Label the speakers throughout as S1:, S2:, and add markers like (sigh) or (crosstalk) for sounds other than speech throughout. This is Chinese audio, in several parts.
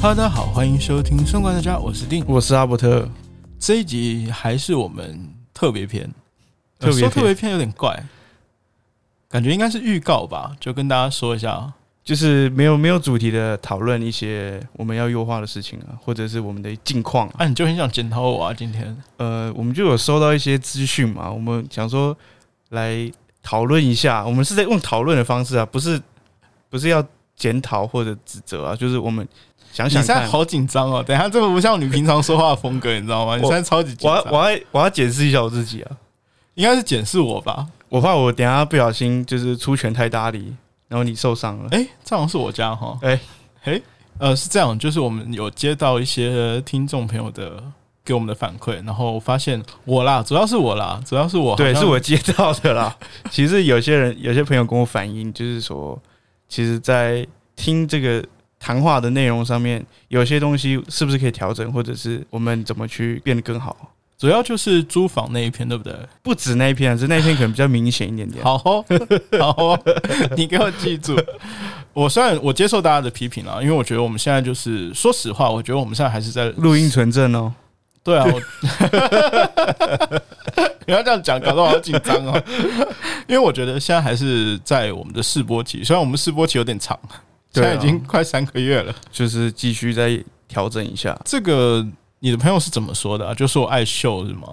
S1: Hello，大家好，欢迎收听《生活大家》，我是丁。
S2: 我是阿伯特，
S1: 这一集还是我们特别篇，呃
S2: 特
S1: 说
S2: 别篇
S1: 特别篇有点怪，感觉应该是预告吧，就跟大家说一下。
S2: 就是没有没有主题的讨论一些我们要优化的事情啊，或者是我们的近况啊。
S1: 啊，你就很想检讨我啊？今天
S2: 呃，我们就有收到一些资讯嘛，我们想说来讨论一下，我们是在用讨论的方式啊，不是不是要检讨或者指责啊，就是我们想
S1: 你
S2: 想
S1: 现在
S2: 看。
S1: 好紧张哦，等一下这不像你平常说话的风格，你知道吗？你现在超级紧
S2: 我要
S1: 张，
S2: 我要我要解释一下我自己啊，
S1: 应该是检视我吧？
S2: 我怕我等一下不小心就是出拳太大力，然后你受伤了。
S1: 哎、这好像是我家哈。
S2: 哎
S1: 哎、呃，是这样，就是我们有接到一些听众朋友的给我们的反馈，然后发现我啦，主要是我啦，主要是我，
S2: 对，是我接到的啦。 (laughs) 其实有些人、有些朋友跟我反映，就是说，其实，在听这个谈话的内容上面，有些东西是不是可以调整，或者是我们怎么去变得更好？
S1: 主要就是租房那一篇，对不对？
S2: 不止那一篇啊，只是那一篇可能比较明显一点点。
S1: 好哦， (laughs) 好哦，你给我记住。我虽然我接受大家的批评啊啦，因为我觉得我们现在就是说实话，我觉得我们现在还是在
S2: 录音存证哦，
S1: 对啊，我 (laughs) 不要这样讲，搞得我好紧张哦。因为我觉得现在还是在我们的试播期，虽然我们试播期有点长，现
S2: 对
S1: 在
S2: 啊
S1: 已经快三个月了。
S2: 就是继续再调整一下。
S1: 这个你的朋友是怎么说的、啊？就说我爱秀是吗？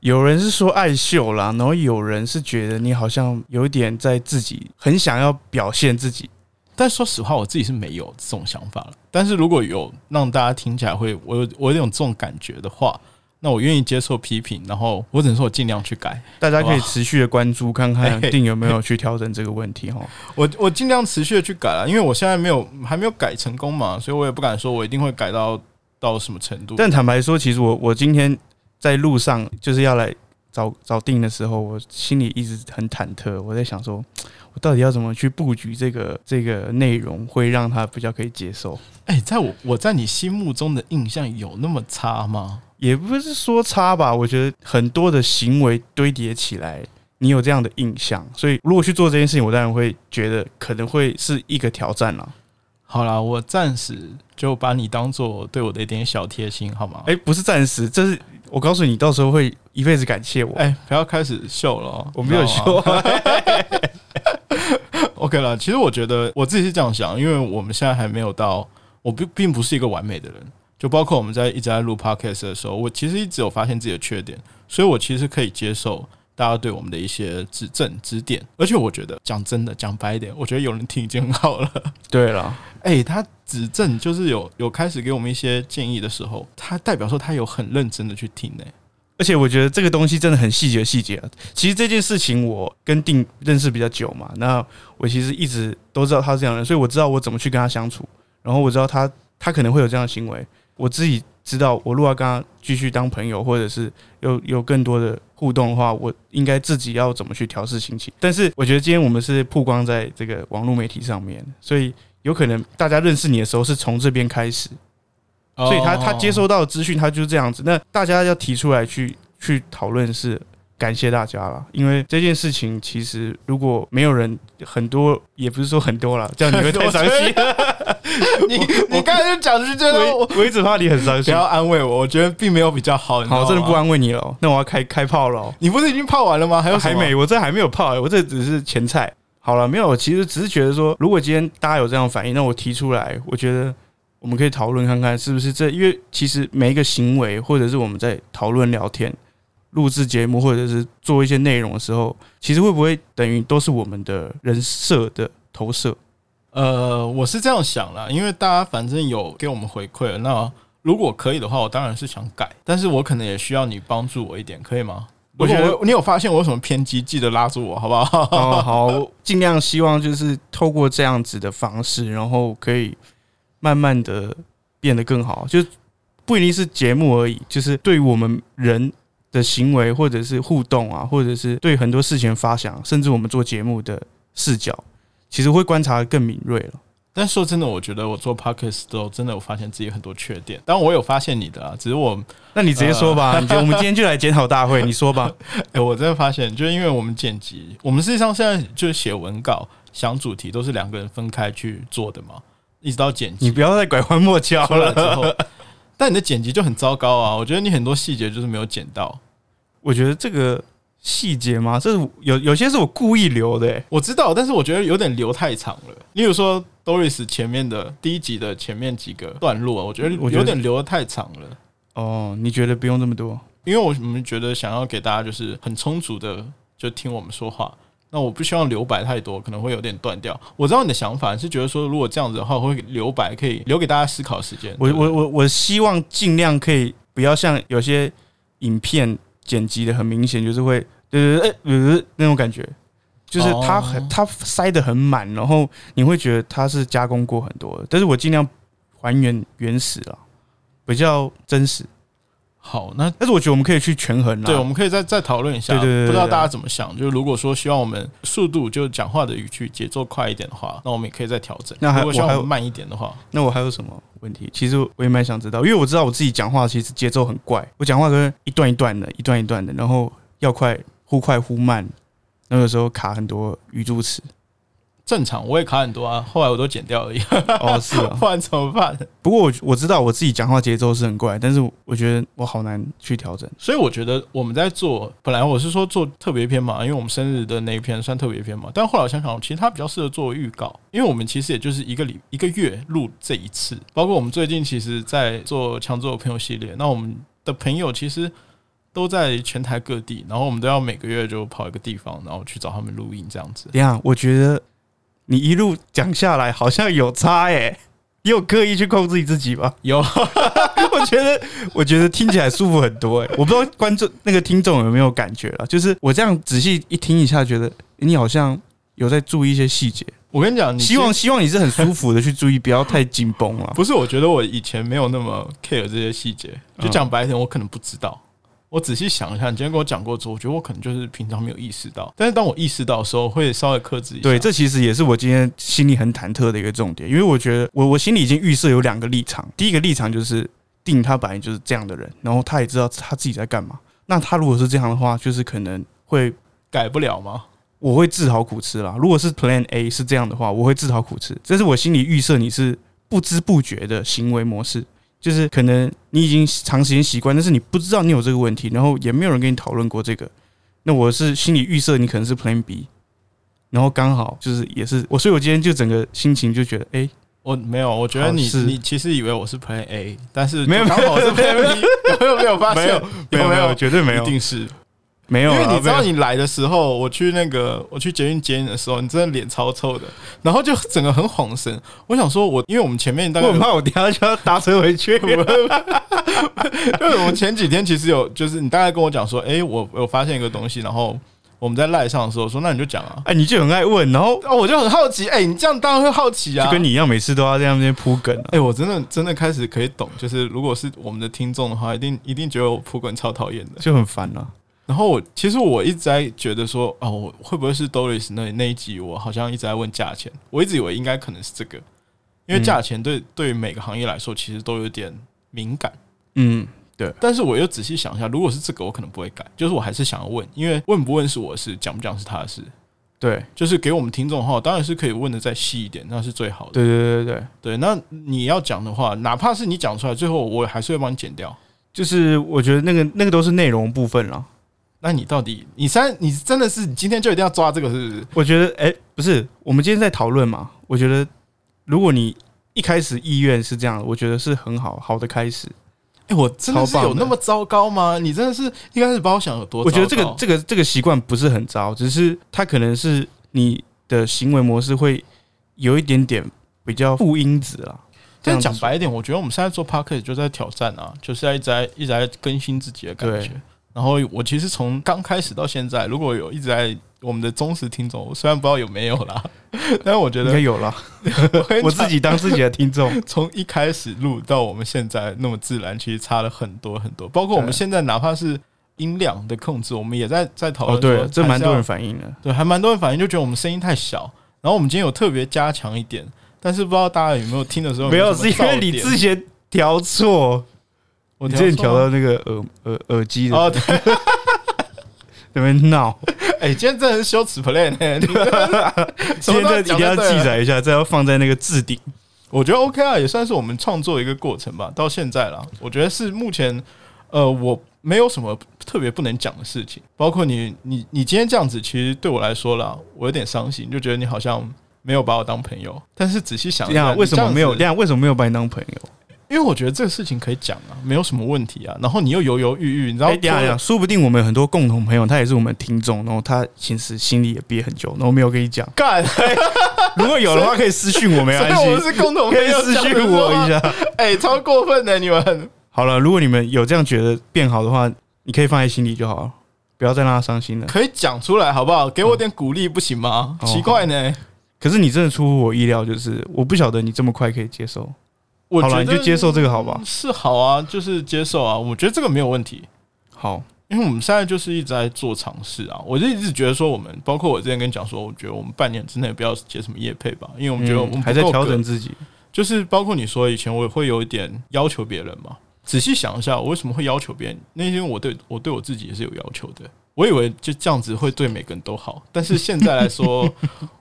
S2: 有人是说爱秀啦，然后有人是觉得你好像有点在自己很想要表现自己，
S1: 但说实话，我自己是没有这种想法了。但是如果有让大家听起来会我有我有点这种感觉的话，那我愿意接受批评，然后我只能说我尽量去改，
S2: 大家可以
S1: 哇
S2: 持续的关注看看
S1: 嘿
S2: 定有没有去调整这个问题哈。哦
S1: 我我尽量持续的去改了，因为我现在没有还没有改成功嘛，所以我也不敢说我一定会改到到什么程度。
S2: 但坦白说，其实我我今天在路上就是要来找找定的时候，我心里一直很忐忑，我在想说，我到底要怎么去布局这个这个内容，会让他比较可以接受。
S1: 哎、在我我在你心目中的印象有那么差吗？
S2: 也不是说差吧，我觉得很多的行为堆叠起来，你有这样的印象，所以如果去做这件事情，我当然会觉得可能会是一个挑战了。
S1: 好啦，我暂时就把你当做对我的一点小贴心，好吗？
S2: 哎、不是暂时，这是我告诉你，到时候会一辈子感谢我。
S1: 哎、不要开始秀了哦，
S2: 我没有
S1: 你知道吗
S2: 说，
S1: OK 了，其实我觉得我自己是这样想，因为我们现在还没有到，我并并不是一个完美的人，就包括我们在一直在录 podcast 的时候，我其实一直有发现自己的缺点，所以我其实可以接受大家对我们的一些指正指点，而且我觉得讲真的，讲白一点，我觉得有人听已经很好了。
S2: (laughs)
S1: (laughs)
S2: 对了。
S1: 哎、他指正就是有有开始给我们一些建议的时候，他代表说他有很认真的去听呢、
S2: 而且我觉得这个东西真的很细节的细节啊。其实这件事情我跟定认识比较久嘛，那我其实一直都知道他是这样的人，所以我知道我怎么去跟他相处，然后我知道他他可能会有这样的行为，我自己知道我如果要跟他继续当朋友，或者是有有更多的互动的话，我应该自己要怎么去调试心情。但是我觉得今天我们是曝光在这个网络媒体上面，所以有可能大家认识你的时候是从这边开始，
S1: 哦
S2: 所以他他接收到的资讯，他就是这样子。那大家要提出来去去讨论是感谢大家了，因为这件事情其实如果没有人很多，也不是说很
S1: (laughs)
S2: 多了，这样你会太伤
S1: 我觉
S2: 心。
S1: (laughs) 你，你刚才就讲是这个，我
S2: 我我一直怕你很伤
S1: 不
S2: 心
S1: 要。安慰我，我觉得并没有比较好，你知道
S2: 好，真的
S1: 吗
S2: 不安慰你了哦。那我要开开炮了哦。
S1: 你不是已经泡完了吗？还有什
S2: 啊还
S1: 么
S2: 没，？我这还没有泡、我这只是前菜。好了，没有，其实只是觉得说，如果今天大家有这样的反应，那我提出来，我觉得我们可以讨论看看是不是这，因为其实每一个行为，或者是我们在讨论聊天、录制节目，或者是做一些内容的时候，其实会不会等于都是我们的人设的投射？
S1: 呃，我是这样想啦，因为大家反正有给我们回馈了，那如果可以的话，我当然是想改，但是我可能也需要你帮助我一点，可以吗？
S2: 我觉得
S1: 如果你有发现我有什么偏激，记得拉住我，好不好？
S2: 哦， (laughs) 好，我尽量希望就是透过这样子的方式，然后可以慢慢的变得更好，就不一定是节目而已，就是对于我们人的行为或者是互动啊，或者是对很多事情的发想，甚至我们做节目的视角，其实会观察得更敏锐了。
S1: 但说真的，我觉得我做 podcast 之后，真的有发现自己很多缺点。当然，我有发现你的啊，只是我 (laughs)
S2: 那你直接说吧，你觉得我们今天就来检讨大会，你说吧。
S1: 哎、我真的发现，就是因为我们剪辑，我们事实上现在就是写文稿、想主题，都是两个人分开去做的嘛。一直到剪
S2: 你
S1: 辑
S2: 不要再拐弯抹角
S1: 出来之
S2: 了。
S1: 后， (laughs) 但你的剪辑就很糟糕啊！我觉得你很多细节就是没有剪到。
S2: 我觉得这个细节嘛，这是有有些是我故意留的、欸
S1: 我知道，但是我觉得有点留太长了。例如说 Doris 前面的第一集的前面几个段落，我觉得
S2: 我觉得
S1: 有点留的太长了。
S2: 哦，你觉得不用这么多？
S1: 因为我们觉得想要给大家就是很充足的就听我们说话，那我不希望留白太多，可能会有点断掉。我知道你的想法是觉得说，如果这样子的话，会留白可以留给大家思考时间。
S2: 我
S1: 对不对
S2: 我我我希望尽量可以不要像有些影片剪辑的很明显，就是会对对对呃那种感觉，就是它很
S1: 哦
S2: 它塞得很满，然后你会觉得它是加工过很多的，但是我尽量还原原始啊，比较真实。
S1: 好，那
S2: 但是我觉得我们可以去权衡啦，
S1: 对，我们可以再再讨论一下。
S2: 对对对对
S1: 不知道大家怎么想？就是如果说希望我们速度就讲话的语句节奏快一点的话，那我们也可以再调整。
S2: 那还
S1: 如果希望
S2: 我还
S1: 我
S2: 有
S1: 们慢一点的话，
S2: 那我还有什么问题？其实我也蛮想知道，因为我知道我自己讲话其实节奏很怪，我讲话跟一段一段的，一段一段的，然后要快忽快忽慢，然后有时候卡很多语助词。
S1: 正常我也卡很多啊，后来我都剪掉而已， (laughs)
S2: 哦，是啊。
S1: 不然怎么办？
S2: 不过我我知道我自己讲话节奏是很怪，但是我觉得我好难去调整。
S1: 所以我觉得我们在做，本来我是说做特别篇嘛，因为我们生日的那一篇算特别篇嘛，但后来我想想，其实它比较适合做预告，因为我们其实也就是一个礼一个月录这一次，包括我们最近其实在做强做朋友系列，那我们的朋友其实都在全台各地，然后我们都要每个月就跑一个地方，然后去找他们录音这样子。
S2: 等一下，我觉得你一路讲下来好像有差哎、你有刻意去控制你自己吧？
S1: 有，
S2: 我觉得，我觉得听起来舒服很多哎、我不知道观众那个听众有没有感觉了，就是我这样仔细一听一下，觉得你好像有在注意一些细节。
S1: 我跟你讲，你
S2: 希望希望你是很舒服的去注意，不要太紧绷了。
S1: 不是，我觉得我以前没有那么 care 这些细节。就
S2: 嗯
S1: 讲白一点，我可能不知道。我仔细想一下，你今天跟我讲过之后，我觉得我可能就是平常没有意识到。但是当我意识到的时候，会稍微克制一下。
S2: 对，这其实也是我今天心里很忐忑的一个重点，因为我觉得我我心里已经预设有两个立场，第一个立场就是定他本来就是这样的人，然后他也知道他自己在干嘛。那他如果是这样的话，就是可能会
S1: 改不了吗？
S2: 我会自讨苦吃啦。如果是 Plan A 是这样的话，我会自讨苦吃。这是我心里预设你是不知不觉的行为模式，就是可能你已经长时间习惯，但是你不知道你有这个问题，然后也没有人跟你讨论过这个。那我是心里预设你可能是 Plan B，然后刚好就是也是我，所以我今天就整个心情就觉得，哎、
S1: 我没有，我觉得你
S2: 好是
S1: 你其实以为我是 Plan A，但是
S2: 没有
S1: 刚好是 Plan B，有没有没 (laughs) 有发现？
S2: 没有
S1: 有没有
S2: 绝对没有
S1: 一，定是，
S2: 没有
S1: 因
S2: 啊，
S1: 为你知道
S2: 没有
S1: 你来的时候，我去那个我去捷运接你的时候，你真的脸超臭的，然后就整个很恍神。我想说我，因为我们前面大概
S2: 我
S1: 有
S2: 很怕我等一下就要搭车回去。啊
S1: (laughs) 因为我前几天其实有，就是你大概跟我讲说，哎、我我发现一个东西，然后我们在赖上的时候说，那你就讲啊。
S2: 哎，你就很爱问，然后
S1: 啊，我就很好奇，哎、你这样当然会好奇啊。
S2: 就跟你一样，每次都要在那边铺梗啊。
S1: 哎、我真的真的开始可以懂，就是如果是我们的听众的话，一定一定觉得我扑滚超讨厌的。
S2: 就很烦啊了、
S1: 然后我其实我一直在觉得说，哦，我会不会是 Doris 那那一集，我好像一直在问价钱，我一直以为应该可能是这个，因为
S2: 嗯
S1: 价钱对、对每个行业来说其实都有点敏感。
S2: 嗯，
S1: 但是我又仔细想一下，如果是这个，我可能不会改，就是我还是想要问，因为问不问是我的事，讲不讲是他的事。
S2: 对，
S1: 就是给我们听众的话，当然是可以问的再细一点，那是最好的。
S2: 对对对对对，
S1: 对那你要讲的话，哪怕是你讲出来，最后我还是会帮你剪掉。
S2: 就是我觉得那个那个都是内容部分了。
S1: 那你到底，你三，你真的是你今天就一定要抓这个，是不是？
S2: 我觉得，哎、不是，我们今天在讨论嘛。我觉得，如果你一开始意愿是这样的，我觉得是很好好的开始。
S1: 哎、我真的是
S2: 超棒
S1: 有
S2: 的
S1: 那么糟糕吗？你真的是一开始把我想有多糟
S2: 我
S1: 糕？
S2: 觉得这个这个这个习惯不是很糟，只是它可能是你的行为模式会有一点点比较负因子啦。这
S1: 但
S2: 样子
S1: 讲白一点，我觉得我们现在做 p o d c a s t 就在挑战啊，就是在一直在一直在更新自己的感觉
S2: 对。
S1: 然后我其实从刚开始到现在，如果有一直在我们的忠实听众，我虽然不知道有没有啦， (laughs) 但是我觉
S2: 应该
S1: 得
S2: 有了，
S1: (laughs) 跟你
S2: 我自己当自己的听众，
S1: 从一开始录到我们现在那么自然，其实差了很多很多。包括我们
S2: 对
S1: 现在哪怕是音量的控制，我们也在在讨论。
S2: 哦，对，这蛮多人反映的。
S1: 对，还蛮多人反应就觉得我们声音太小。然后我们今天有特别加强一点，但是不知道大家有没有听的时候
S2: 没有，
S1: 什
S2: 是
S1: 么
S2: 因为
S1: 噪
S2: 你
S1: 点
S2: 之前调错，
S1: 我
S2: 你之前
S1: 错
S2: 调
S1: 吗
S2: 到那个耳耳耳机的
S1: 哦，
S2: 那边
S1: (laughs)
S2: 闹。
S1: 哎、今天真的很
S2: (laughs) 啊
S1: 羞耻 plan 呢、欸，
S2: 今天这一定要记载一下，这要放在那个置顶。
S1: 我觉得 OK 啊，也算是我们创作一个过程吧。到现在啦，我觉得是目前呃，我没有什么特别不能讲的事情。包括你，你，你今天这样子，其实对我来说啦，我有点伤心，就觉得你好像没有把我当朋友。但是仔细想
S2: 这
S1: 一下，
S2: 啊样为什么没有？
S1: 哦你
S2: 这
S1: 这样子？
S2: 样为什么没有把你当朋友？
S1: 因为我觉得这个事情可以讲啊，没有什么问题啊。然后你又犹犹豫豫，你知道？。
S2: 哎，等一下等一下，说不定我们有很多共同朋友，他也是我们听众，然后他其实心里也憋很久，然后没有跟你讲
S1: (laughs) 干，
S2: 如果有的话，可以私讯我，没
S1: 所
S2: 关
S1: 以
S2: 系
S1: 我，们是共同
S2: 可
S1: 朋
S2: 以
S1: 友，
S2: 私讯我一，下。
S1: 哎、超过分的你们。
S2: 好了，如果你们有这样觉得变好的话，你可以放在心里就好了，不要再让他伤心了。
S1: (laughs) 可以讲出来好不好？给我点鼓励不行吗？
S2: 哦
S1: 奇怪呢，
S2: 可是你真的出乎我意料，就是我不晓得你这么快可以接受。
S1: 我
S2: 好
S1: 觉
S2: 了，
S1: 得
S2: 你就接受这个好吧？
S1: 是好啊，就是接受啊，我觉得这个没有问题，
S2: 好，
S1: 因为我们现在就是一直在做尝试啊。我就一直觉得说，我们包括我之前跟你讲说，我觉得我们半年之内不要接什么业配吧，因为我
S2: 我
S1: 们觉得我们不
S2: 嗯还在
S1: 够格
S2: 调整，自己。
S1: 就是包括你说以前我也会有一点要求别人嘛。仔细想一下，我为什么会要求别人？那因为我对我对我自己也是有要求的。我以为就这样子会对每个人都好，但是现在来说，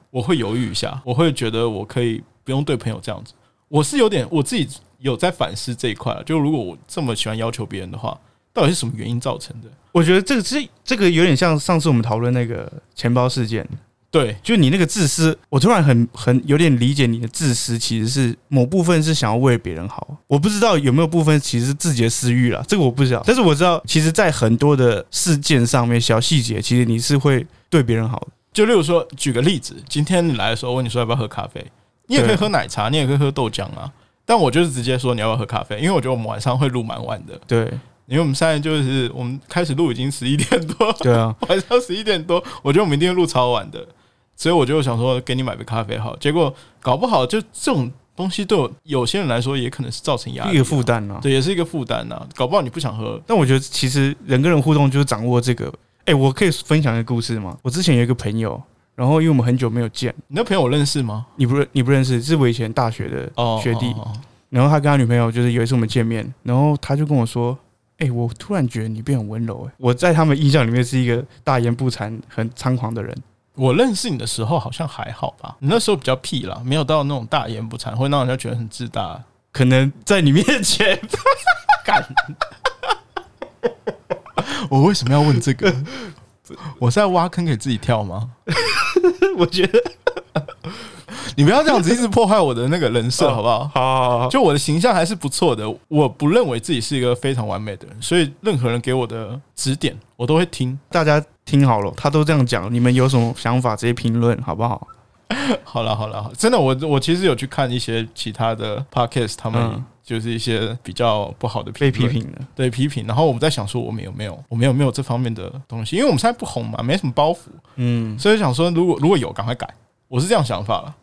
S1: 我会犹豫一下，我会觉得我可以不用对朋友这样子。我是有点我自己有在反思这一块了，就如果我这么喜欢要求别人的话，到底是什么原因造成的？
S2: 我觉得这个这这个有点像上次我们讨论那个钱包事件，
S1: 对，
S2: 就你那个自私，我突然很很有点理解你的自私，其实是某部分是想要为别人好。我不知道有没有部分其实是自己的私欲啦，这个我不知道。但是我知道，其实，在很多的事件上面，小细节，其实你是会对别人好的。
S1: 就例如说，举个例子，今天你来的时候，我问你说要不要喝咖啡，你也可以
S2: 对
S1: 喝奶茶，你也可以喝豆浆啊。但我就是直接说你要不要喝咖啡，因为我觉得我们晚上会录蛮晚的，
S2: 对
S1: 因为我们现在就是我们开始录已经十一点多，
S2: 对啊，
S1: (laughs) 晚上十一点多，我觉得我们一定会录超晚的，所以我就想说给你买杯咖啡好。结果搞不好就这种东西对我有些人来说也可能是造成压力啊、
S2: 一个负担啊。
S1: 对，也是一个负担呐。搞不好你不想喝，
S2: 但我觉得其实人跟人互动就是掌握这个。哎、我可以分享一个故事吗？我之前有一个朋友，然后因为我们很久没有见，
S1: 你那朋友我认识吗？
S2: 你不认你不认识，是我以前大学的
S1: 哦，
S2: 学弟。
S1: 哦哦
S2: 然后他跟他女朋友就是有一次我们见面，然后他就跟我说：“哎、我突然觉得你变很温柔、哎，我在他们印象里面是一个大言不惭、很猖狂的人。
S1: 我认识你的时候好像还好吧，你那时候比较屁啦，没有到那种大言不惭，会让人家觉得很自大。
S2: 可能在你面前， (laughs)
S1: 干，我为什么要问这个？ (laughs) 我是在挖坑给自己跳吗？
S2: 我觉得
S1: 你不要这样子一直破坏我的那个人设，好不好？
S2: 好好好，
S1: 就我的形象还是不错的，我不认为自己是一个非常完美的人，所以任何人给我的指点，我都会听。
S2: 大家听好了，他都这样讲，你们有什么想法直接评论好不 (laughs) 好？
S1: 好了好了，好真的，我我其实有去看一些其他的 podcast，他们
S2: 嗯
S1: 就是一些比较不好的
S2: 被
S1: 评论
S2: 批评了，
S1: 对批评，然后我们在想说，我们有没有，我们有没有这方面的东西？因为我们现在不红嘛，没什么包袱，
S2: 嗯，
S1: 所以想说，如果如果有，赶快改。我是这样想法了，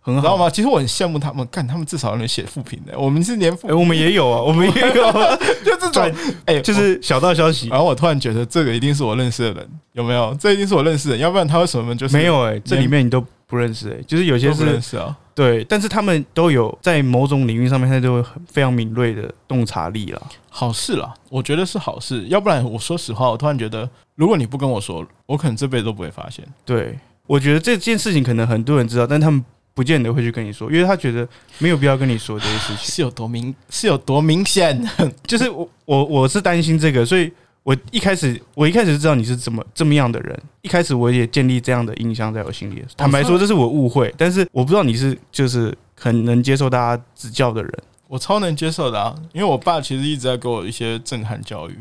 S2: 很
S1: 你
S2: 好，
S1: 知道？吗？其实我很羡慕他们，干他们至少能写负评的，我们是连负
S2: 哎、我们也有啊，我们也有、啊，
S1: 哦就这种
S2: 转，
S1: 哎，
S2: 就是小道消息
S1: 我。然后我突然觉得这个一定是我认识的人，有没有？这一定是我认识的人，要不然他为什么就是
S2: (laughs) 没有哎、这里面你都不认识哎、就是有
S1: 都
S2: 些
S1: 不
S2: 是
S1: 认识啊？
S2: 对，但是他们都有在某种领域上面，他都有很非常敏锐的洞察力啦。
S1: 好事啦，我觉得是好事，要不然我说实话，我突然觉得，如果你不跟我说，我可能这辈子都不会发现。
S2: 对，我觉得这件事情可能很多人知道，但他们不见得会去跟你说，因为他觉得没有必要跟你说这些事情。
S1: (laughs) 是有多明是有多明显？
S2: 就是我我我是担心这个，所以我一开始我一开始就知道你是怎么这么样的人，一开始我也建立这样的印象在我心里。坦白说，这是我误会，但是我不知道你是就是很能接受大家指教的人，
S1: 我超能接受的啊，因为我爸其实一直在给我一些震撼教育。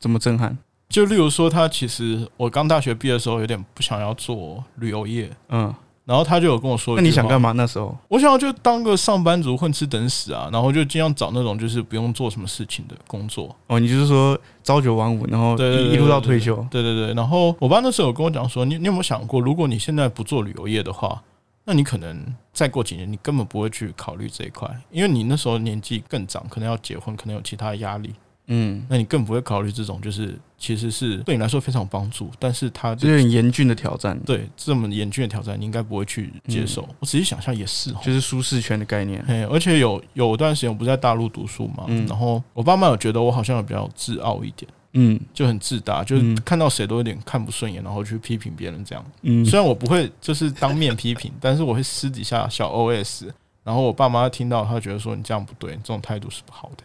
S2: 这么震撼。
S1: 就例如说，他其实我刚大学毕业的时候有点不想要做旅游业，
S2: 嗯，
S1: 然后他就有跟我说，
S2: 那你想干
S1: 嘛？
S2: 嘛？那时候
S1: 我想要就当个上班族，混吃等死啊，然后就尽量找那种就是不用做什么事情的工作。
S2: 哦，你就是说朝九晚五，然后
S1: 对对对
S2: 一一路到退休。
S1: 对对对，然后我爸那时候有跟我讲说，你你有没有想过，如果你现在不做旅游业的话，那你可能再过几年你根本不会去考虑这一块，因为你那时候年纪更长，可能要结婚，可能有其他的压力，
S2: 嗯，
S1: 那你更不会考虑这种就是其实是对你来说非常有帮助，但是他
S2: 这是很严峻的挑战，
S1: 对这么严峻的挑战，你应该不会去接受。
S2: 嗯
S1: 我仔细想想也是哦，
S2: 就是舒适圈的概念。
S1: 嘿，而且有有段时间我不是在大陆读书嘛，
S2: 嗯
S1: 然后我爸妈有觉得我好像有比较自傲一点，
S2: 嗯
S1: 就很自大，就是
S2: 嗯
S1: 看到谁都有点看不顺眼，然后去批评别人这样。
S2: 嗯
S1: 虽然我不会就是当面批评，但是我会私底下小 OS。然后我爸妈听到，他觉得说你这样不对，你这种态度是不好的。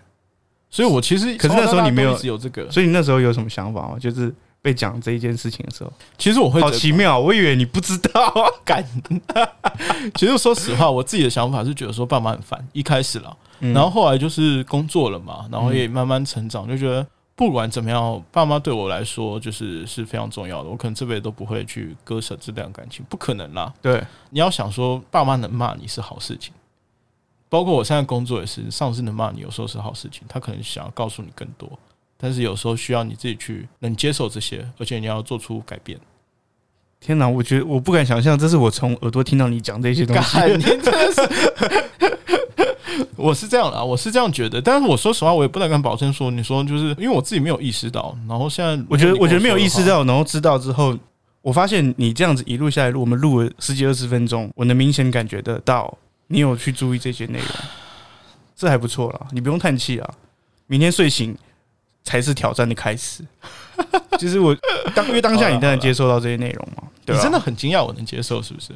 S1: 所以我其实
S2: 可是
S1: 从小
S2: 那时候
S1: 到大
S2: 你没
S1: 都
S2: 有
S1: 一直有这个，
S2: 所以你那时候有什么想法吗？就是被讲这一件事情的时候，
S1: 其实我会
S2: 好
S1: 觉得
S2: 奇妙，我以为你不知
S1: (laughs)
S2: 道。啊
S1: 干。其实说实话，我自己的想法是觉得说爸妈很烦，一开始啦，
S2: 嗯
S1: 然后后来就是工作了嘛，然后也慢慢成长，就觉得不管怎么样，爸妈对我来说就是是非常重要的，我可能这辈子都不会去割舍这段感情，不可能啦。
S2: 对，
S1: 你要想说，爸妈能骂你是好事情，包括我现在工作也是，上司能骂你有时候是好事情，他可能想要告诉你更多，但是有时候需要你自己去能接受这些，而且你要做出改变。
S2: 天哪，我觉得我不敢想象，这是我从耳朵听到你讲这些东西。
S1: 干，你真的是， (laughs) 我是这样啊啦，我是这样觉得，但是我说实话，我也不太敢保证说，你说就是因为我自己没有意识到，然后现在如果
S2: 我觉得
S1: 你跟
S2: 我觉得没有
S1: 说的
S2: 意识
S1: 话，
S2: 到，然后知道之后，我发现你这样子一路下来，我们录了十几二十分钟，我能明显感觉得到你有去注意这些内容，这还不错啦，你不用叹气啊。明天睡醒才是挑战的开始， (laughs) 就是我当因为当下你当然接受到这些内容嘛，对
S1: 你
S2: 啊吧、
S1: 真的很惊讶，我能接受是不是？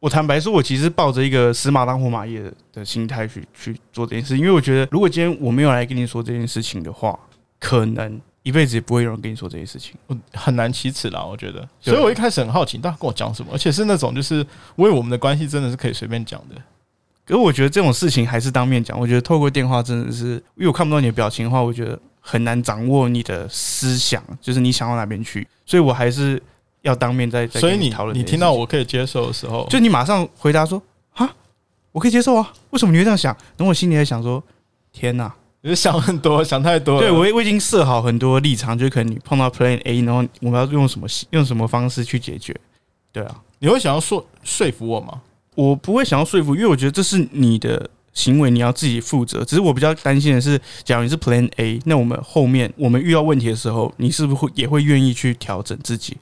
S2: 我坦白说，我其实抱着一个死马当活马医的的心态去去做这件事，因为我觉得，如果今天我没有来跟你说这件事情的话，可能一辈子也不会有人跟你说这件事情。
S1: 我很难启齿啦，我觉得。
S2: 对
S1: 所
S2: 啊
S1: 以我一开始很好奇，大家跟我讲什么，而且是那种就是为我们的关系真的是可以随便讲的。
S2: 可是我觉得这种事情还是当面讲，我觉得透过电话真的是，因为我看不到你的表情的话，我觉得很难掌握你的思想，就是你想到哪边去，所以我还是要当面再再
S1: 所以
S2: 跟
S1: 你
S2: 讨论这
S1: 你
S2: 件事情。
S1: 听到我可以接受的时候，
S2: 就你马上回答说啊，我可以接受啊，为什么你会这样想？然后我心里在想说，天哪、
S1: 你就想很多，想太多了。
S2: 对，我也我已经设好很多立场，就是可能你碰到 Plan A，然后我们要用什么用什么方式去解决。对啊，
S1: 你会想要说说服我吗？
S2: 我不会想要说服，因为我觉得这是你的行为，你要自己负责。只是我比较担心的是，假如你是 Plan A，那我们后面我们遇到问题的时候，你是不是会也会愿意去调整自己？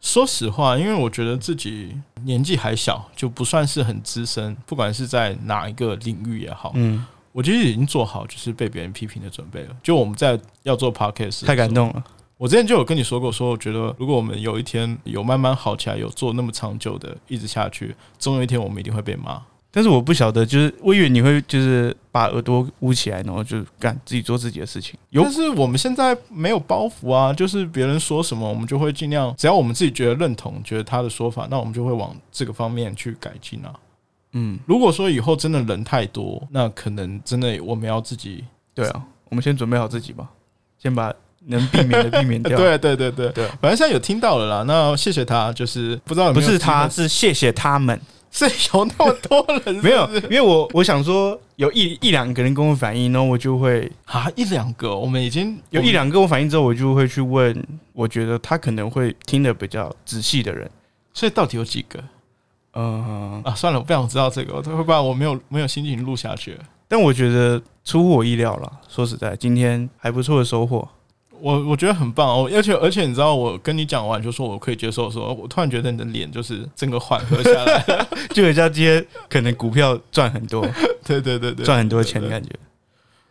S1: 说实话，因为我觉得自己年纪还小，就不算是很资深，不管是在哪一个领域也好，
S2: 嗯，
S1: 我其实已经做好就是被别人批评的准备了。就我们在要做 podcast，
S2: 太感
S1: 动。
S2: 动了。
S1: 我之前就有跟你说过，说我觉得如果我们有一天有慢慢好起来，有做那么长久的，一直下去，总有一天我们一定会被骂。
S2: 但是我不晓得，就是我以为你会就是把耳朵捂起来，然后就干自己做自己的事情。有
S1: 但是我们现在没有包袱啊，就是别人说什么，我们就会尽量，只要我们自己觉得认同，觉得他的说法，那我们就会往这个方面去改进啊。
S2: 嗯，
S1: 如果说以后真的人太多，那可能真的我们要自己，
S2: 对啊，我们先准备好自己吧，先把能避免的避免
S1: (laughs)
S2: 掉。
S1: 对对对对
S2: 对啊
S1: 反正现在有听到了啦，那谢谢他，就是不知道有啊
S2: 不
S1: 没有
S2: 是他，
S1: 机
S2: 是谢谢他们。
S1: 会， (laughs) 是有那么多人 (laughs) 是不是
S2: (laughs) 没有，因为我我想说，有一一两个人跟我反映，然后我就会
S1: 啊，一两个，我们已经
S2: 有一两个跟我反映之后，我就会去问，我觉得他可能会听得比较仔细的人。
S1: 所以到底有几个
S2: 嗯，
S1: 啊？算了，我不想知道这个，我都会不然我没有没有心情录下去了。
S2: 但我觉得出乎我意料了。说实在，今天还不错的收获。 (laughs)
S1: 我我觉得很棒哦，而且而且你知道，我跟你讲完就说我可以接受的时候，我突然觉得你的脸就是整个缓和下
S2: (laughs)
S1: 来。
S2: 就人家今天可能股票赚很多，
S1: 对对对对，
S2: 赚很多钱
S1: 对
S2: 的
S1: 对
S2: 感觉。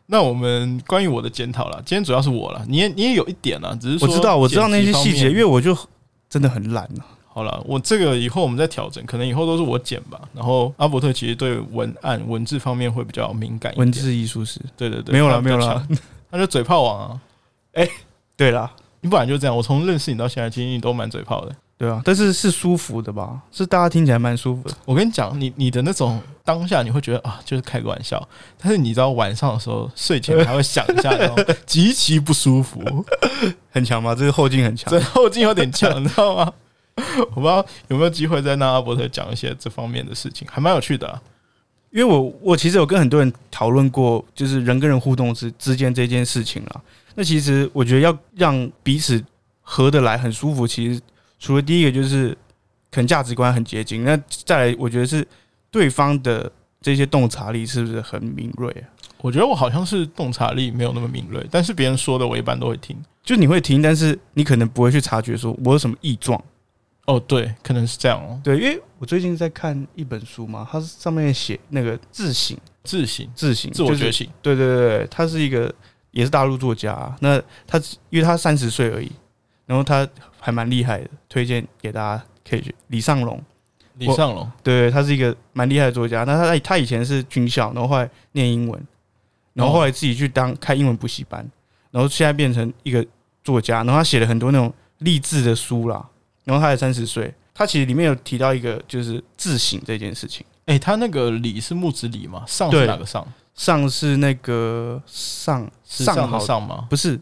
S1: 那我们关于我的检讨啦，今天主要是我啦，你也你也有一点啦，只是
S2: 我
S1: 说
S2: 知道，我知道那些
S1: 剪辑
S2: 细
S1: 方
S2: 节，
S1: 面
S2: 因为我就真的很懒啊。
S1: 好了，我这个以后我们再调整，可能以后都是我剪吧。然后阿伯特其实对文案文字方面会比较敏感一点，
S2: 文字艺术师。
S1: 对对对，
S2: 没有啦
S1: 他比较
S2: 没有啦
S1: 强，他就嘴炮王啊！
S2: 对啦，
S1: 你本来就这样，我从认识你到现在，其实你都蛮嘴炮的。
S2: 对啊，但是是舒服的吧？是大家听起来蛮舒服的。
S1: 我跟你讲，你你的那种当下，你会觉得啊，就是开个玩笑，但是你知道晚上的时候睡前还会想一下，然后极其不舒 (laughs) 服，
S2: 很强吗？这个后劲很强
S1: 这。后劲有点强，你知道吗？ (laughs) 我不知道有没有机会再让阿伯特讲一些这方面的事情，还蛮有趣的啊、
S2: 因为我我其实有跟很多人讨论过，就是人跟人互动之之间这件事情啦。那其实我觉得要让彼此合得来、很舒服，其实除了第一个就是可能价值观很接近，那再来我觉得是对方的这些洞察力是不是很敏锐啊？
S1: 我觉得我好像是洞察力没有那么敏锐，但是别人说的我一般都会听。
S2: 就你会听，但是你可能不会去察觉说我有什么异状。
S1: 哦，对，可能是这样哦。
S2: 对，因为我最近在看一本书嘛，它上面写那个自省、
S1: 自省、
S2: 自省、
S1: 自我
S2: 就是
S1: 觉醒，
S2: 对对对对，他是一个也是大陆作家、啊那他因为他三十岁而已，然后他还蛮厉害的，推荐给大家可以去李尚龙。
S1: 李尚龙，
S2: 对，他是一个蛮厉害的作家。那他他以前是军校，然后后来念英文，然后后来自己去当开英文补习班，然后现在变成一个作家。然后他写了很多那种励志的书啦。然后他才三十岁，他其实里面有提到一个就是自省这件事情。
S1: 哎、他那个李是木子李吗？尚是
S2: 对
S1: 哪个尚？
S2: 上是那个上
S1: 时
S2: 上
S1: 尚
S2: 好
S1: 的尚吗？
S2: 不是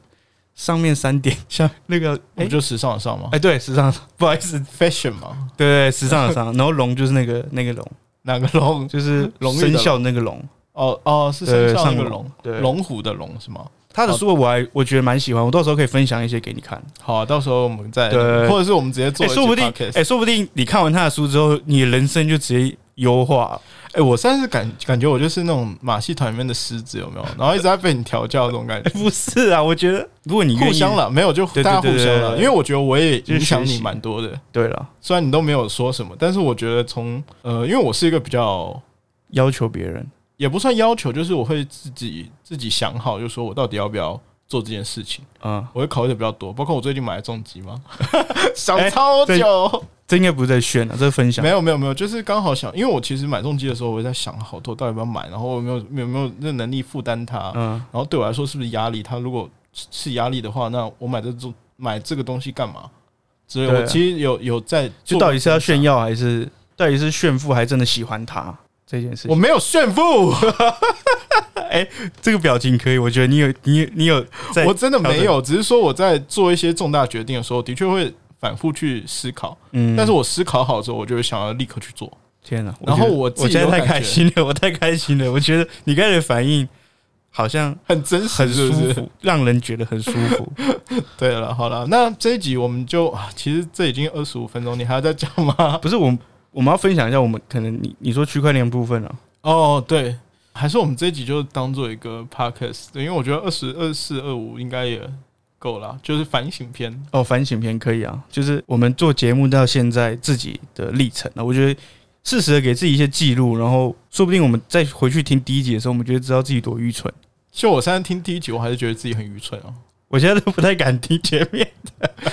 S2: 上面三点， (laughs) 像那个
S1: 不
S2: 哎哎、
S1: 就时尚的尚吗
S2: 对，时尚不好意思，
S1: ？Fashion 吗？
S2: 对对时尚的 (laughs) 尚，然后龙就是那个那个龙，
S1: 哪个龙？
S2: 就是
S1: 龙玉的
S2: 生
S1: 龙
S2: 肖嗯的那个龙，
S1: (laughs) 哦哦，是
S2: 对
S1: 身上那个
S2: 上
S1: 龙，
S2: 对
S1: 龙虎的龙是吗？
S2: 他的书我还我觉得蛮喜欢，我到时候可以分享一些给你看。
S1: 好啊、到时候我们再，
S2: 对
S1: 或者是我们直接做
S2: 哎、
S1: 一集
S2: 说不定
S1: podcast
S2: 哎、说不定你看完他的书之后，你的人生就直接优化。
S1: 哎、我现在是感感觉我就是那种马戏团里面的狮子， (laughs) 有没有？然后一直在被你调教这种感
S2: 哎
S1: (laughs) 觉，
S2: 不是啊，我觉得如果你愿意
S1: 互相，了，没有就
S2: 对对
S1: 大家互
S2: 对
S1: 相
S2: 对
S1: 了，
S2: 对
S1: 因为我觉得我也影响
S2: 就是学
S1: 你
S2: 习
S1: 蛮多的，
S2: 对了，
S1: 虽然你都没有说什么，但是我觉得从呃，因为我是一个比较
S2: 要求别人，
S1: 也不算要求，就是我会自己自己想好，就说我到底要不要做这件事情，
S2: 嗯，
S1: 我会考虑的比较多，包括我最近买了重疾嘛， (laughs) 想
S2: 哎
S1: 超
S2: 对
S1: 久。
S2: 这应该不是在炫啊，这是分享
S1: 没。有没有没有，就是刚好想，因为我其实买重机的时候，我在想好多到底要不要买，然后我有没有有没有那能力负担它，
S2: 嗯，
S1: 然后对我来说是不是压力？它如果是是压力的话，那我买这种买这个东西干嘛？所以
S2: 对
S1: 我
S2: 啊
S1: 其实有有在
S2: 就
S1: 做
S2: 到底是要炫
S1: 分
S2: 耀还是到底是炫富，还真的喜欢他这件事
S1: 享，我
S2: 情？
S1: 没有炫 (laughs) 富，
S2: 这个表情可以，我觉得你有你你有在
S1: 我真的没有，只是说我在做一些重大决定的时候，的确会反复去思考，
S2: 嗯
S1: 但是我思考好之后，我就会想要立刻去做。
S2: 天哪！
S1: 然后
S2: 觉得
S1: 我
S2: 我
S1: 自己
S2: 现在
S1: 有
S2: 太
S1: 感
S2: 开
S1: 觉
S2: 心了，我太开心了。我觉得你刚才的反应好像
S1: 很真实
S2: 很
S1: 是
S2: 舒
S1: 不
S2: 服，
S1: 是
S2: 让人觉得很舒服。
S1: 对了，好了，那这一集我们就啊其实这已经二十五分钟，你还要再讲吗？
S2: (laughs) 不是我们，我们要分享一下我们可能你你说区块链部分啊，
S1: 哦，对，还是我们这一集就当做一个 podcast，因为我觉得二十二四二五应该也够了，就是反省篇。
S2: 哦，反省篇可以啊，就是我们做节目到现在自己的历程啊，我觉得适时的给自己一些记录，然后说不定我们再回去听第一集的时候，我们就会知道自己多愚蠢。
S1: 就我现在听第一集，我还是觉得自己很愚蠢啊！
S2: 我现在都不太敢听前面，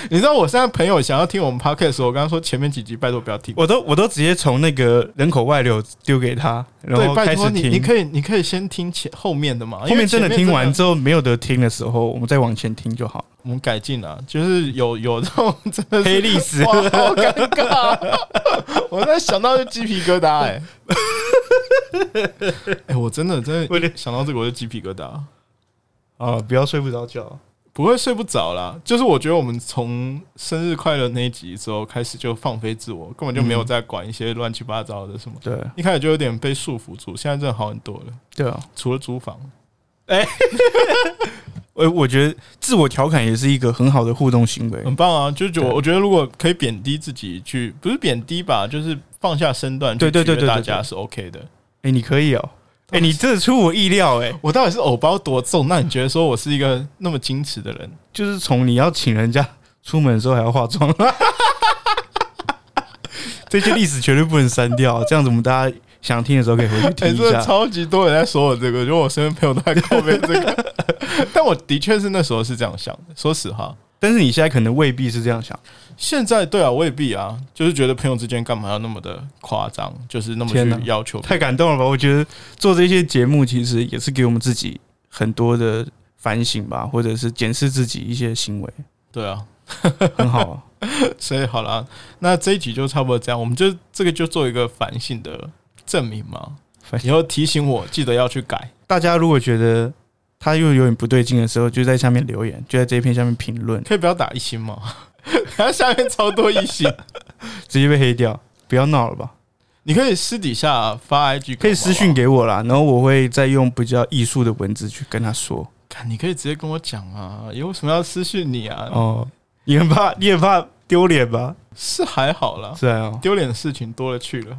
S1: 你知道我现在朋友想要听我们 podcast 的时候，我刚刚说前面几集拜托不要听，
S2: 我都我都直接从那个人口外流丢给他，然后
S1: 对，拜
S2: 开始
S1: 托你，
S2: 听。
S1: 你可以你可以先听前后面的嘛，因
S2: 后
S1: 为
S2: 面真的
S1: 前
S2: 听完之后没有得听的时候，我们再往前听就好。
S1: 我们改进了、就是有有这种真的是
S2: 黑历史
S1: 哇，好尴尬！ (laughs) 我在想到就鸡皮疙瘩哎、
S2: (laughs)
S1: 哎、我真的真
S2: 我
S1: 的
S2: 的
S1: 想到这个我就鸡皮疙瘩，
S2: (laughs) 啊，不要睡不着觉。
S1: 不会睡不着啦。就是我觉得我们从生日快乐那一集之后开始就放飞自我，根本就没有
S2: 嗯
S1: 在管一些乱七八糟的什么。
S2: 对
S1: 一开始就有点被束缚住，现在真的好很多了。
S2: 对啊，
S1: 除了租房，
S2: 我哎我觉得自我调侃也是一个很好的互动行为。
S1: 很棒啊！就就我
S2: 对
S1: 我觉得，如果可以贬低自己去，不是贬低吧，就是放下身段去
S2: 对对对
S1: 取悦
S2: 对对
S1: 大
S2: 对
S1: 家是 OK 的。
S2: 哎，你可以哦。哎，你这出我意料哎，
S1: 我到底是偶包多重？那你觉得说我是一个那么矜持的
S2: (laughs)
S1: 人？
S2: 就是从你要请人家出门的时候还要化妆， (laughs) 这些历史绝对不能删掉。啊这样子我们大家想听的时候可以回去
S1: 哎、
S2: 听一
S1: 真的
S2: 下。
S1: 超级多人在说我这个，就我身边朋友都在靠背这个。
S2: (laughs)
S1: 但我的确是那时候是这样想的，说实话。
S2: 但是你现在可能未必是这样想。
S1: 现在对啊，未必啊，就是觉得朋友之间干嘛要那么的夸张，就是那么
S2: 天哪
S1: 去要求。
S2: 太感动了吧！我觉得做这些节目其实也是给我们自己很多的反省吧，或者是检视自己一些行为，
S1: 对啊，
S2: 很好啊。
S1: 所以好啦，那这一集就差不多这样，我们就这个就做一个反省的证明嘛
S2: 反。
S1: 以后提醒我，记得要去改。
S2: 大家如果觉得他又有点不对劲的时候，就在下面留言，就在这一篇下面评论，
S1: 可以不要打一星吗？ (laughs) 然后下面超多一星，
S2: 直接被黑掉，不要闹了吧。
S1: 你可以私底下发 IG，
S2: 可以私
S1: 讯
S2: 讯给我啦，然后我会再用比较艺术的文字去跟他说。
S1: 看，你可以直接跟我讲啊，有什么要私讯你啊？
S2: 哦，你很怕，你很怕丢脸吧？
S1: 是还好啦，
S2: 是啊、哦，
S1: 丢脸的事情多了去了，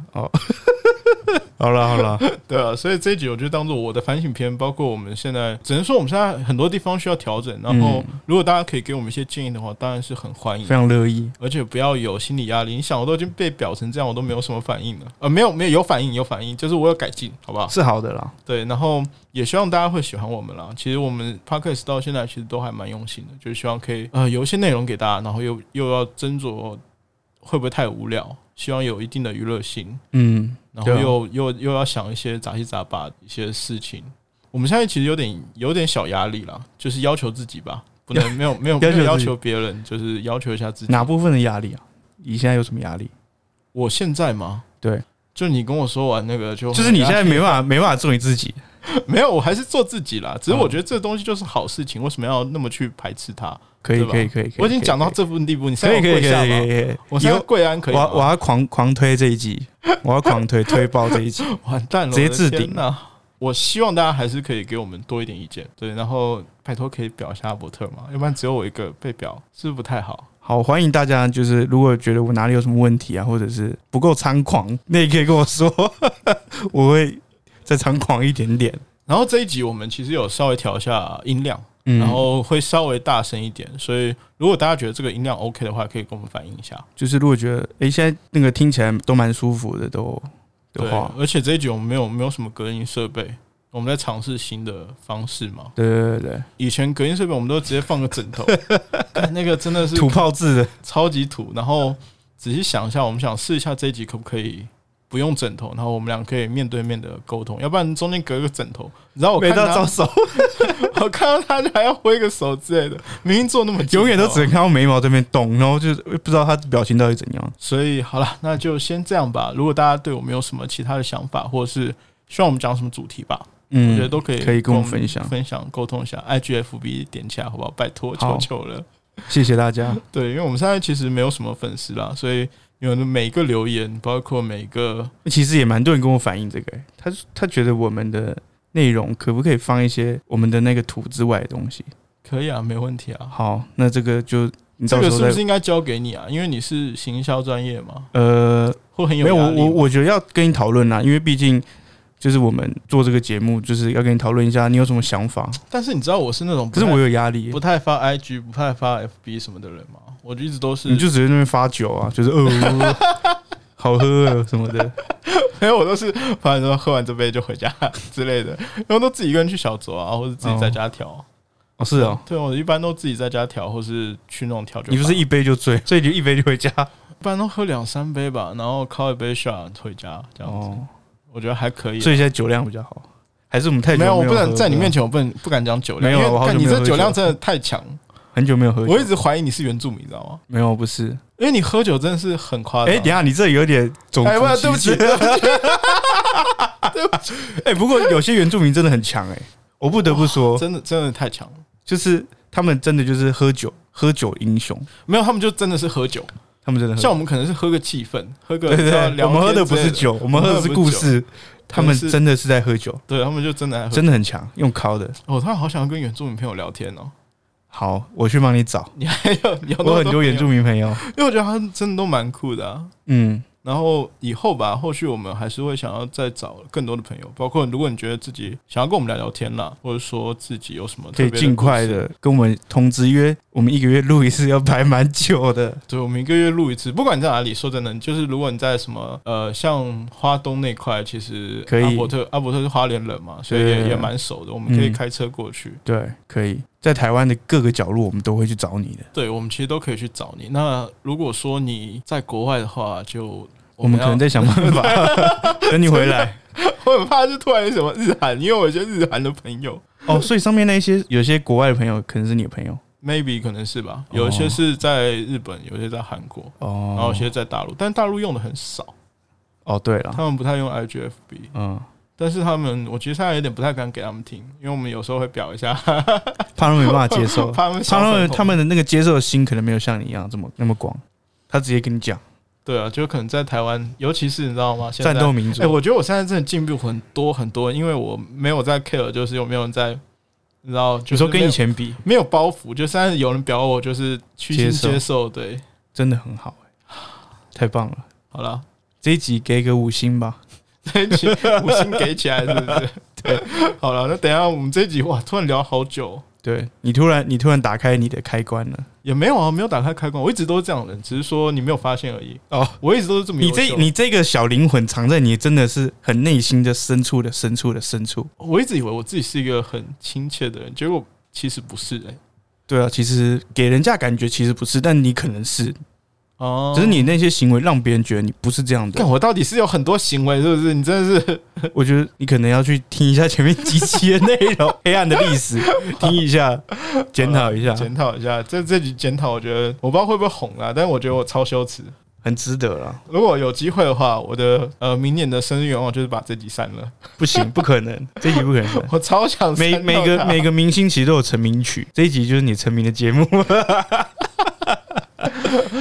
S2: 好了好了，
S1: 对啊，所以这一集我就当做我的反省篇，包括我们现在，只能说我们现在很多地方需要调整。然后，如果大家可以给我们一些建议的话，当然是很欢迎
S2: 嗯非。常乐意。
S1: 而且不要有心理压力，你想我都已经被表成这样，我都没有什么反应了。呃，没有，没有，有反应，有反应，就是我有改进，好不好？
S2: 是好的啦，
S1: 对，然后也希望大家会喜欢我们啦。其实我们 podcast 到现在其实都还蛮用心的，就是希望可以呃有一些内容给大家，然后又又要斟酌会不会太无聊？希望有一定的娱乐性，
S2: 嗯，
S1: 然后
S2: 对啊
S1: 又、又又要想一些杂七杂八的一些事情。我们现在其实有点有点小压力啦，就是要求自己吧，不
S2: (laughs)
S1: 能没有没有没
S2: 要求自
S1: 有
S2: 己
S1: 要求别人，就是要求一下自己。
S2: 哪部分的压力啊？你现在有什么压力？
S1: 我现在吗？
S2: 对，
S1: 就你跟我说完那个就
S2: 就是你现在没办法没办法做你自己，
S1: (laughs) 没有，我还是做自己啦。只是
S2: 嗯
S1: 我觉得这东西就是好事情，为什么要那么去排斥它？
S2: 可以
S1: 对吧
S2: 可以可以，可以
S1: 我已经讲到
S2: 可
S1: 这步地步，你现
S2: 以
S1: 在
S2: 可以可以可以
S1: 下
S2: 可以
S1: 吗？
S2: 可以可以，
S1: 我
S2: 以
S1: 现在
S2: 后
S1: 跪安可以
S2: 我
S1: 吗？
S2: 要我要狂狂推这一集， (laughs) 我要狂推推爆这
S1: (laughs)
S2: 一集，
S1: 完蛋了，
S2: 直接
S1: 我的
S2: 置顶
S1: 天哪我希望大家还是可以给我们多一点意见，对，然后拜托可以表一下阿伯特嘛，要不然只有我一个被表，是不是不太好？
S2: 好，欢迎大家，就是如果觉得我哪里有什么问题啊，或者是不够猖狂，那也可以跟我说， (laughs) 我会再猖狂一点点。
S1: 然后这一集我们其实有稍微调一下音量，
S2: 嗯
S1: 然后会稍微大声一点，所以如果大家觉得这个音量 OK 的话，可以跟我们反映一下。
S2: 就是如果觉得诶，现在那个听起来都蛮舒服的，都
S1: 对
S2: 的话，，
S1: 而且这一集我们没有没有什么隔音设备，我们在尝试新的方式嘛。
S2: 对对对
S1: 以前隔音设备我们都直接放个枕头， (laughs) 干那个真的是
S2: 对，土炮制的，
S1: 超级土。然后仔细想一下，我们想试一下这一集可不可以不用枕头，然后我们俩可以面对面的沟通，要不然中间隔一个枕头，你知道我
S2: 没
S1: 看
S2: 到
S1: 到
S2: 招手，
S1: (laughs) 我看到他就还要挥个手之类的，明明做那么哦久，
S2: 永远都
S1: 你知道
S2: 只能
S1: 吗
S2: 看到眉毛这边动，然后就是不知道他的表情到底怎样。
S1: 所以好了，那就先这样吧。如果大家对我们有什么其他的想法，或者是希望我们讲什么主题吧，
S2: 嗯，
S1: 我觉得都可以
S2: 可以跟我
S1: 我
S2: 们分享
S1: 分享沟通一下，IGFB 点起来好不好？拜托，求
S2: 好
S1: 求了。
S2: 谢谢大家，
S1: 对，因为我们现在其实没有什么粉丝啦，所以你们的每一个留言，包括每一个
S2: 其实也蛮多人跟我反映这个、欸他他觉得我们的内容可不可以放一些我们的那个图之外的东西？
S1: 可以啊，没问题啊。
S2: 好，那这个就你
S1: 这
S2: 到
S1: 个
S2: 时
S1: 是
S2: 候
S1: 不
S2: 再
S1: 是应该交给你啊？因为你是行销专业嘛，
S2: 呃，
S1: 会很
S2: 没有
S1: 压
S2: 我
S1: 力
S2: 我
S1: 我
S2: 我觉得要跟你讨论啦，因为毕竟就是我们做这个节目，就是要跟你讨论一下你有什么想法。
S1: 但是你知道我是那种不
S2: 可是
S1: 太
S2: 我有压力
S1: 不，太发 IG、不太发 FB 什么的人嘛，我就一直都是
S2: 你就直接在那边发酒啊，就是呃， (laughs) 好喝啊什么的。
S1: 没
S2: (laughs)
S1: 有我都是反正喝完这杯就回家之类的， (laughs) 然后都自己一个人去小酌啊，或者自己在家调。
S2: 哦，是哦，
S1: 对，我一般都自己在家调，或是去那种调酒吧。
S2: 你不是一杯就醉，所以你就一杯就回家。
S1: 一般都喝两三杯吧，然后靠一杯 shot 回家这样子，
S2: 哦，
S1: 我觉得还可以啊。
S2: 所以现在酒量比较好，还是我们太久
S1: 没有，我
S2: 有
S1: 不能
S2: 喝
S1: 在你
S2: 了
S1: 面前，我不能不敢讲酒量，
S2: 没有啊
S1: 因
S2: 我
S1: 为
S2: 好久
S1: 干你
S2: 没有
S1: 这
S2: 喝
S1: 酒量
S2: 酒
S1: 真的太强，
S2: 很久没有喝酒
S1: 我一直怀疑你是原住民，你知道吗？
S2: 没有不是。
S1: 因为你喝酒真的是很夸张。
S2: 哎、等一下你这有点种族
S1: 啊哎，不，对
S2: 歧
S1: 不起
S2: 视。， (laughs) 哎、不过有些原住民真的很强哎、我不得不说，
S1: 哦真的真的太强了。
S2: 就是他们真的就是喝酒喝酒英雄，
S1: 没有，他们就真的是喝酒，
S2: 他们真的喝
S1: 像我们可能是喝个气氛，喝个
S2: 对对
S1: 聊
S2: 对，
S1: 聊
S2: 我们喝的
S1: 天之
S2: 不
S1: 类
S2: 是
S1: 的，
S2: 酒，我们喝的是故事，他们真的是在喝酒，
S1: 对他们就真的爱喝。
S2: 真的很强，用烤的。
S1: 我突然好想要跟原住民朋友聊天
S2: (laughs)
S1: 哦，哎
S2: 好，我去帮你找，
S1: 你还 (laughs) 有你有那么
S2: 我很多原
S1: 朋友
S2: 住民朋友，
S1: 因为我觉得他们真的都蛮酷的啊。
S2: 嗯，
S1: 然后以后吧，后续我们还是会想要再找更多的朋友，包括如果你觉得自己想要跟我们聊聊天啦，或者说自己有什么
S2: 可
S1: 特
S2: 以
S1: 别
S2: 尽快
S1: 故事，
S2: 的跟我们通知约，我们一个月录一次要排蛮久的，
S1: 对我们一个月录一次，不管你在哪里，说真的，就是如果你在什么呃，像花东那块，其实
S2: 可以
S1: 阿伯特阿伯特是花莲人嘛，所以
S2: 对
S1: 也也蛮熟的，我们可以
S2: 嗯
S1: 开车过去，
S2: 对，可以在台湾的各个角落，我们都会去找你的，
S1: 对我们其实都可以去找你。那如果说你在国外的话，就
S2: 我们
S1: 要
S2: 可能在想办法等你回来。
S1: (laughs) 我很怕是突然有什么日韩，因为我有些日韩的朋友。
S2: 哦，所以上面那一些有些国外的朋友可能是你的朋友
S1: maybe 可能是吧，
S2: 哦
S1: 有一些是在日本，有一些在韩国，
S2: 哦
S1: 然后有些在大陆，但大陆用的很少，
S2: 哦，对了，
S1: 他们不太用 IGFB，
S2: 嗯，
S1: 但是他们我其实现在有点不太敢给他们听，因为我们有时候会表一下，
S2: 怕他们没办法接受，
S1: (laughs) 怕他们
S2: 他
S1: 小
S2: 们
S1: 粉红
S2: 他们的那个接受的心可能没有像你一样这么那么广，他直接跟你讲
S1: 对啊，就可能在台湾，尤其是你知道吗？现在
S2: 战斗民族，
S1: 哎、我觉得我现在真的进步很多很多，因为我没有在 care，就是有没有人在，你知道，就
S2: 有
S1: 是
S2: 时候跟
S1: 没有
S2: 以前比
S1: 没有包袱，就现在有人表我就是虚心
S2: 接受
S1: 接受，对，
S2: 真的很好、
S1: (sighs)
S2: 哎太棒了！
S1: 好了。
S2: 这一集给个五星吧，
S1: 这一集五星给起来是不
S2: (laughs)
S1: 是？对，好了，那等一下我们这一集哇，突然聊好久，
S2: 对你突然你突然打开你的开关了，
S1: 也没有啊，没有打开开关，我一直都是这样的人，只是说你没有发现而已。
S2: 哦，
S1: 我一直都是这么
S2: 你
S1: 优秀
S2: 这你这个小灵魂藏在你真的是很内心的深处的深处的深处，
S1: 我一直以为我自己是一个很亲切的人，结果其实不是哎、
S2: 对啊，其实给人家感觉其实不是，但你可能是，
S1: 哦，
S2: 只是你那些行为让别人觉得你不是这样
S1: 看
S2: 的。
S1: 我到底是有很多行为，是不是？你真
S2: (laughs)
S1: 的是
S2: 我觉得你可能要去听一下前面几期的内容，
S1: (laughs)
S2: 黑暗的历史，听一下，检讨一下，
S1: 检讨一下，这这集检讨，我觉得我不知道会不会红啦，但我觉得我超羞耻。
S2: 很值得啊了。
S1: 如果有机会的话，我的呃明年的生日愿望就是把这集删了。 (laughs)
S2: 不行，不可能，这集不可能。
S1: 我超想删
S2: 每
S1: 掉
S2: 每个
S1: 它
S2: 每个明星其实都有成名曲，这一集就是你成名的节目。
S1: (laughs)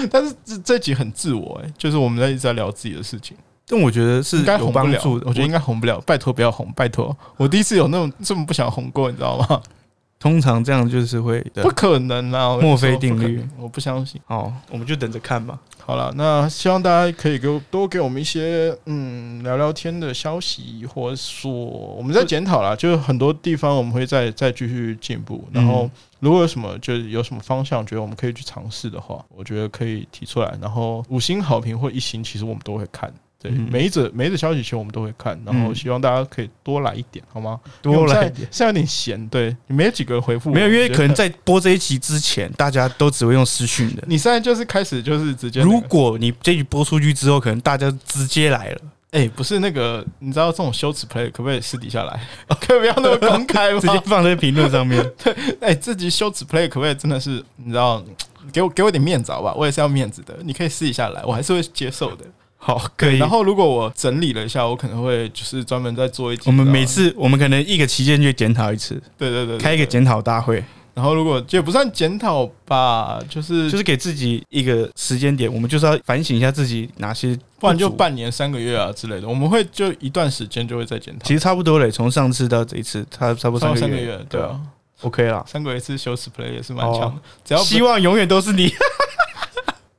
S1: 但是这这集很自我、欸，就是我们在一直在聊自己的事情，
S2: 但我觉得是
S1: 应该
S2: (laughs) 有
S1: 红不
S2: 帮
S1: 了。
S2: 助
S1: 我
S2: 的。
S1: 觉得应该红不了，拜托不要红，拜托！我第一次有那种这么不想红过，你知道吗？
S2: 通常这样就是会的
S1: 不。可能啦，我跟你说
S2: 墨菲定律
S1: 不可能，我不相信。
S2: 好，我们就等着看吧。
S1: 好了，那希望大家可以给我多给我们一些嗯聊聊天的消息，或者说我们在检讨啦，就是很多地方我们会再再继续进步。
S2: 嗯
S1: 然后如果有什么就是有什么方向，觉得我们可以去尝试的话，我觉得可以提出来。然后五星好评或一星，其实我们都会看。对，
S2: 嗯
S1: 每一则每一则消息其实我们都会看，然后
S2: 嗯
S1: 希望大家可以多来一点，好吗？因为
S2: 多
S1: 我们
S2: 来
S1: 现在，现在有点闲，对，没有几个人回复我，
S2: 没有，因为
S1: 我觉得
S2: 可能在播这一集之前，大家都只会用私讯的。
S1: 你现在就是开始就是直接那个、
S2: 如果你这集播出去之后，可能大家直接来了，
S1: 哎、不是那个，你知道这种羞耻 play 可不可以私底下来？ (laughs) 可以不要那么公开吗
S2: 直？
S1: (laughs)
S2: 接放在评论上面。
S1: 哎、这集羞耻 play 可不可以真的是你知道？给我给我点面子好吧，我也是要面子的。你可以私底下来，我还是会接受的。
S2: 好，可以。
S1: 然后如果我整理了一下，我可能会就是专门再做一集。
S2: 我们每
S1: 你知
S2: 次，我们可能一个期间就检讨一次，
S1: 道吗对对对对
S2: 开一个检讨大会，
S1: 然后如果这也不算检讨吧，就是
S2: 就是给自己一个时间点，我们就是要反省一下自己哪些不足，
S1: 不然就半年、三个月啊之类的，我们会就一段时间就会再检讨
S2: 其。实差不多嘞，从上次到这一次，差差不多
S1: 超过
S2: 三
S1: 三
S2: 个
S1: 个
S2: 月
S1: 月，对啊，
S2: ，OK 啦。
S1: 三个月一次羞耻 play 也是蛮
S2: 哦
S1: 强的，只要不
S2: 希望永远都是你。 (laughs)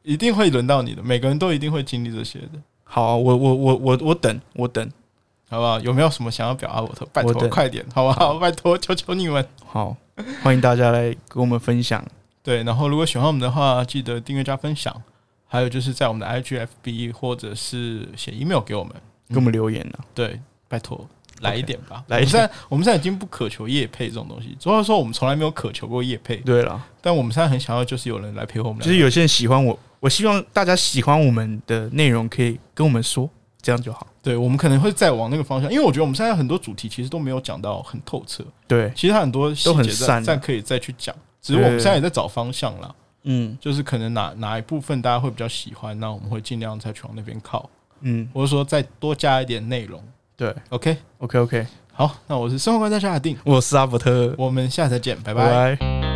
S1: 一定会轮到你的，每个人都一定会经历这些的。
S2: 好，我我我我我等，我等。
S1: 好不好？有没有什么想要表达我的？拜
S2: 我的
S1: 托，快点，好不好？拜托，求求你们。
S2: 好，欢迎大家来跟我们分享。
S1: 对，然后如果喜欢我们的话，记得订阅加分享，还有就是在我们的 IGFB 或者是写 email 给我们。
S2: 给我们留言啊呢、
S1: 对，拜托，来一点吧。
S2: 来一点
S1: 我们现在我们现在已经不渴求业配这种东西，主要是说我们从来没有渴求过业配，
S2: 对了，
S1: 但我们现在很想要就是有人来陪我们聊。
S2: 就是有些人喜欢我，我希望大家喜欢我们的内容，可以跟我们说，这样就好。
S1: 对，我们可能会再往那个方向，因为我觉得我们现在很多主题其实都没有讲到很透彻，
S2: 对，
S1: 其实它很多细
S2: 都很
S1: 节再
S2: 散啊
S1: 再可以再去讲，只是我们
S2: 对
S1: 现在也在找方向啦。
S2: 嗯
S1: 就是可能哪哪一部分大家会比较喜欢，那我们会尽量再去往那边靠，
S2: 嗯，
S1: 或者说再多加一点内容。
S2: 对
S1: OK，
S2: ，OK OK，
S1: 好，那我是生活观察家阿定，
S2: 我是阿伯特，
S1: 我们下次再见，拜
S2: 拜
S1: 拜。
S2: 拜。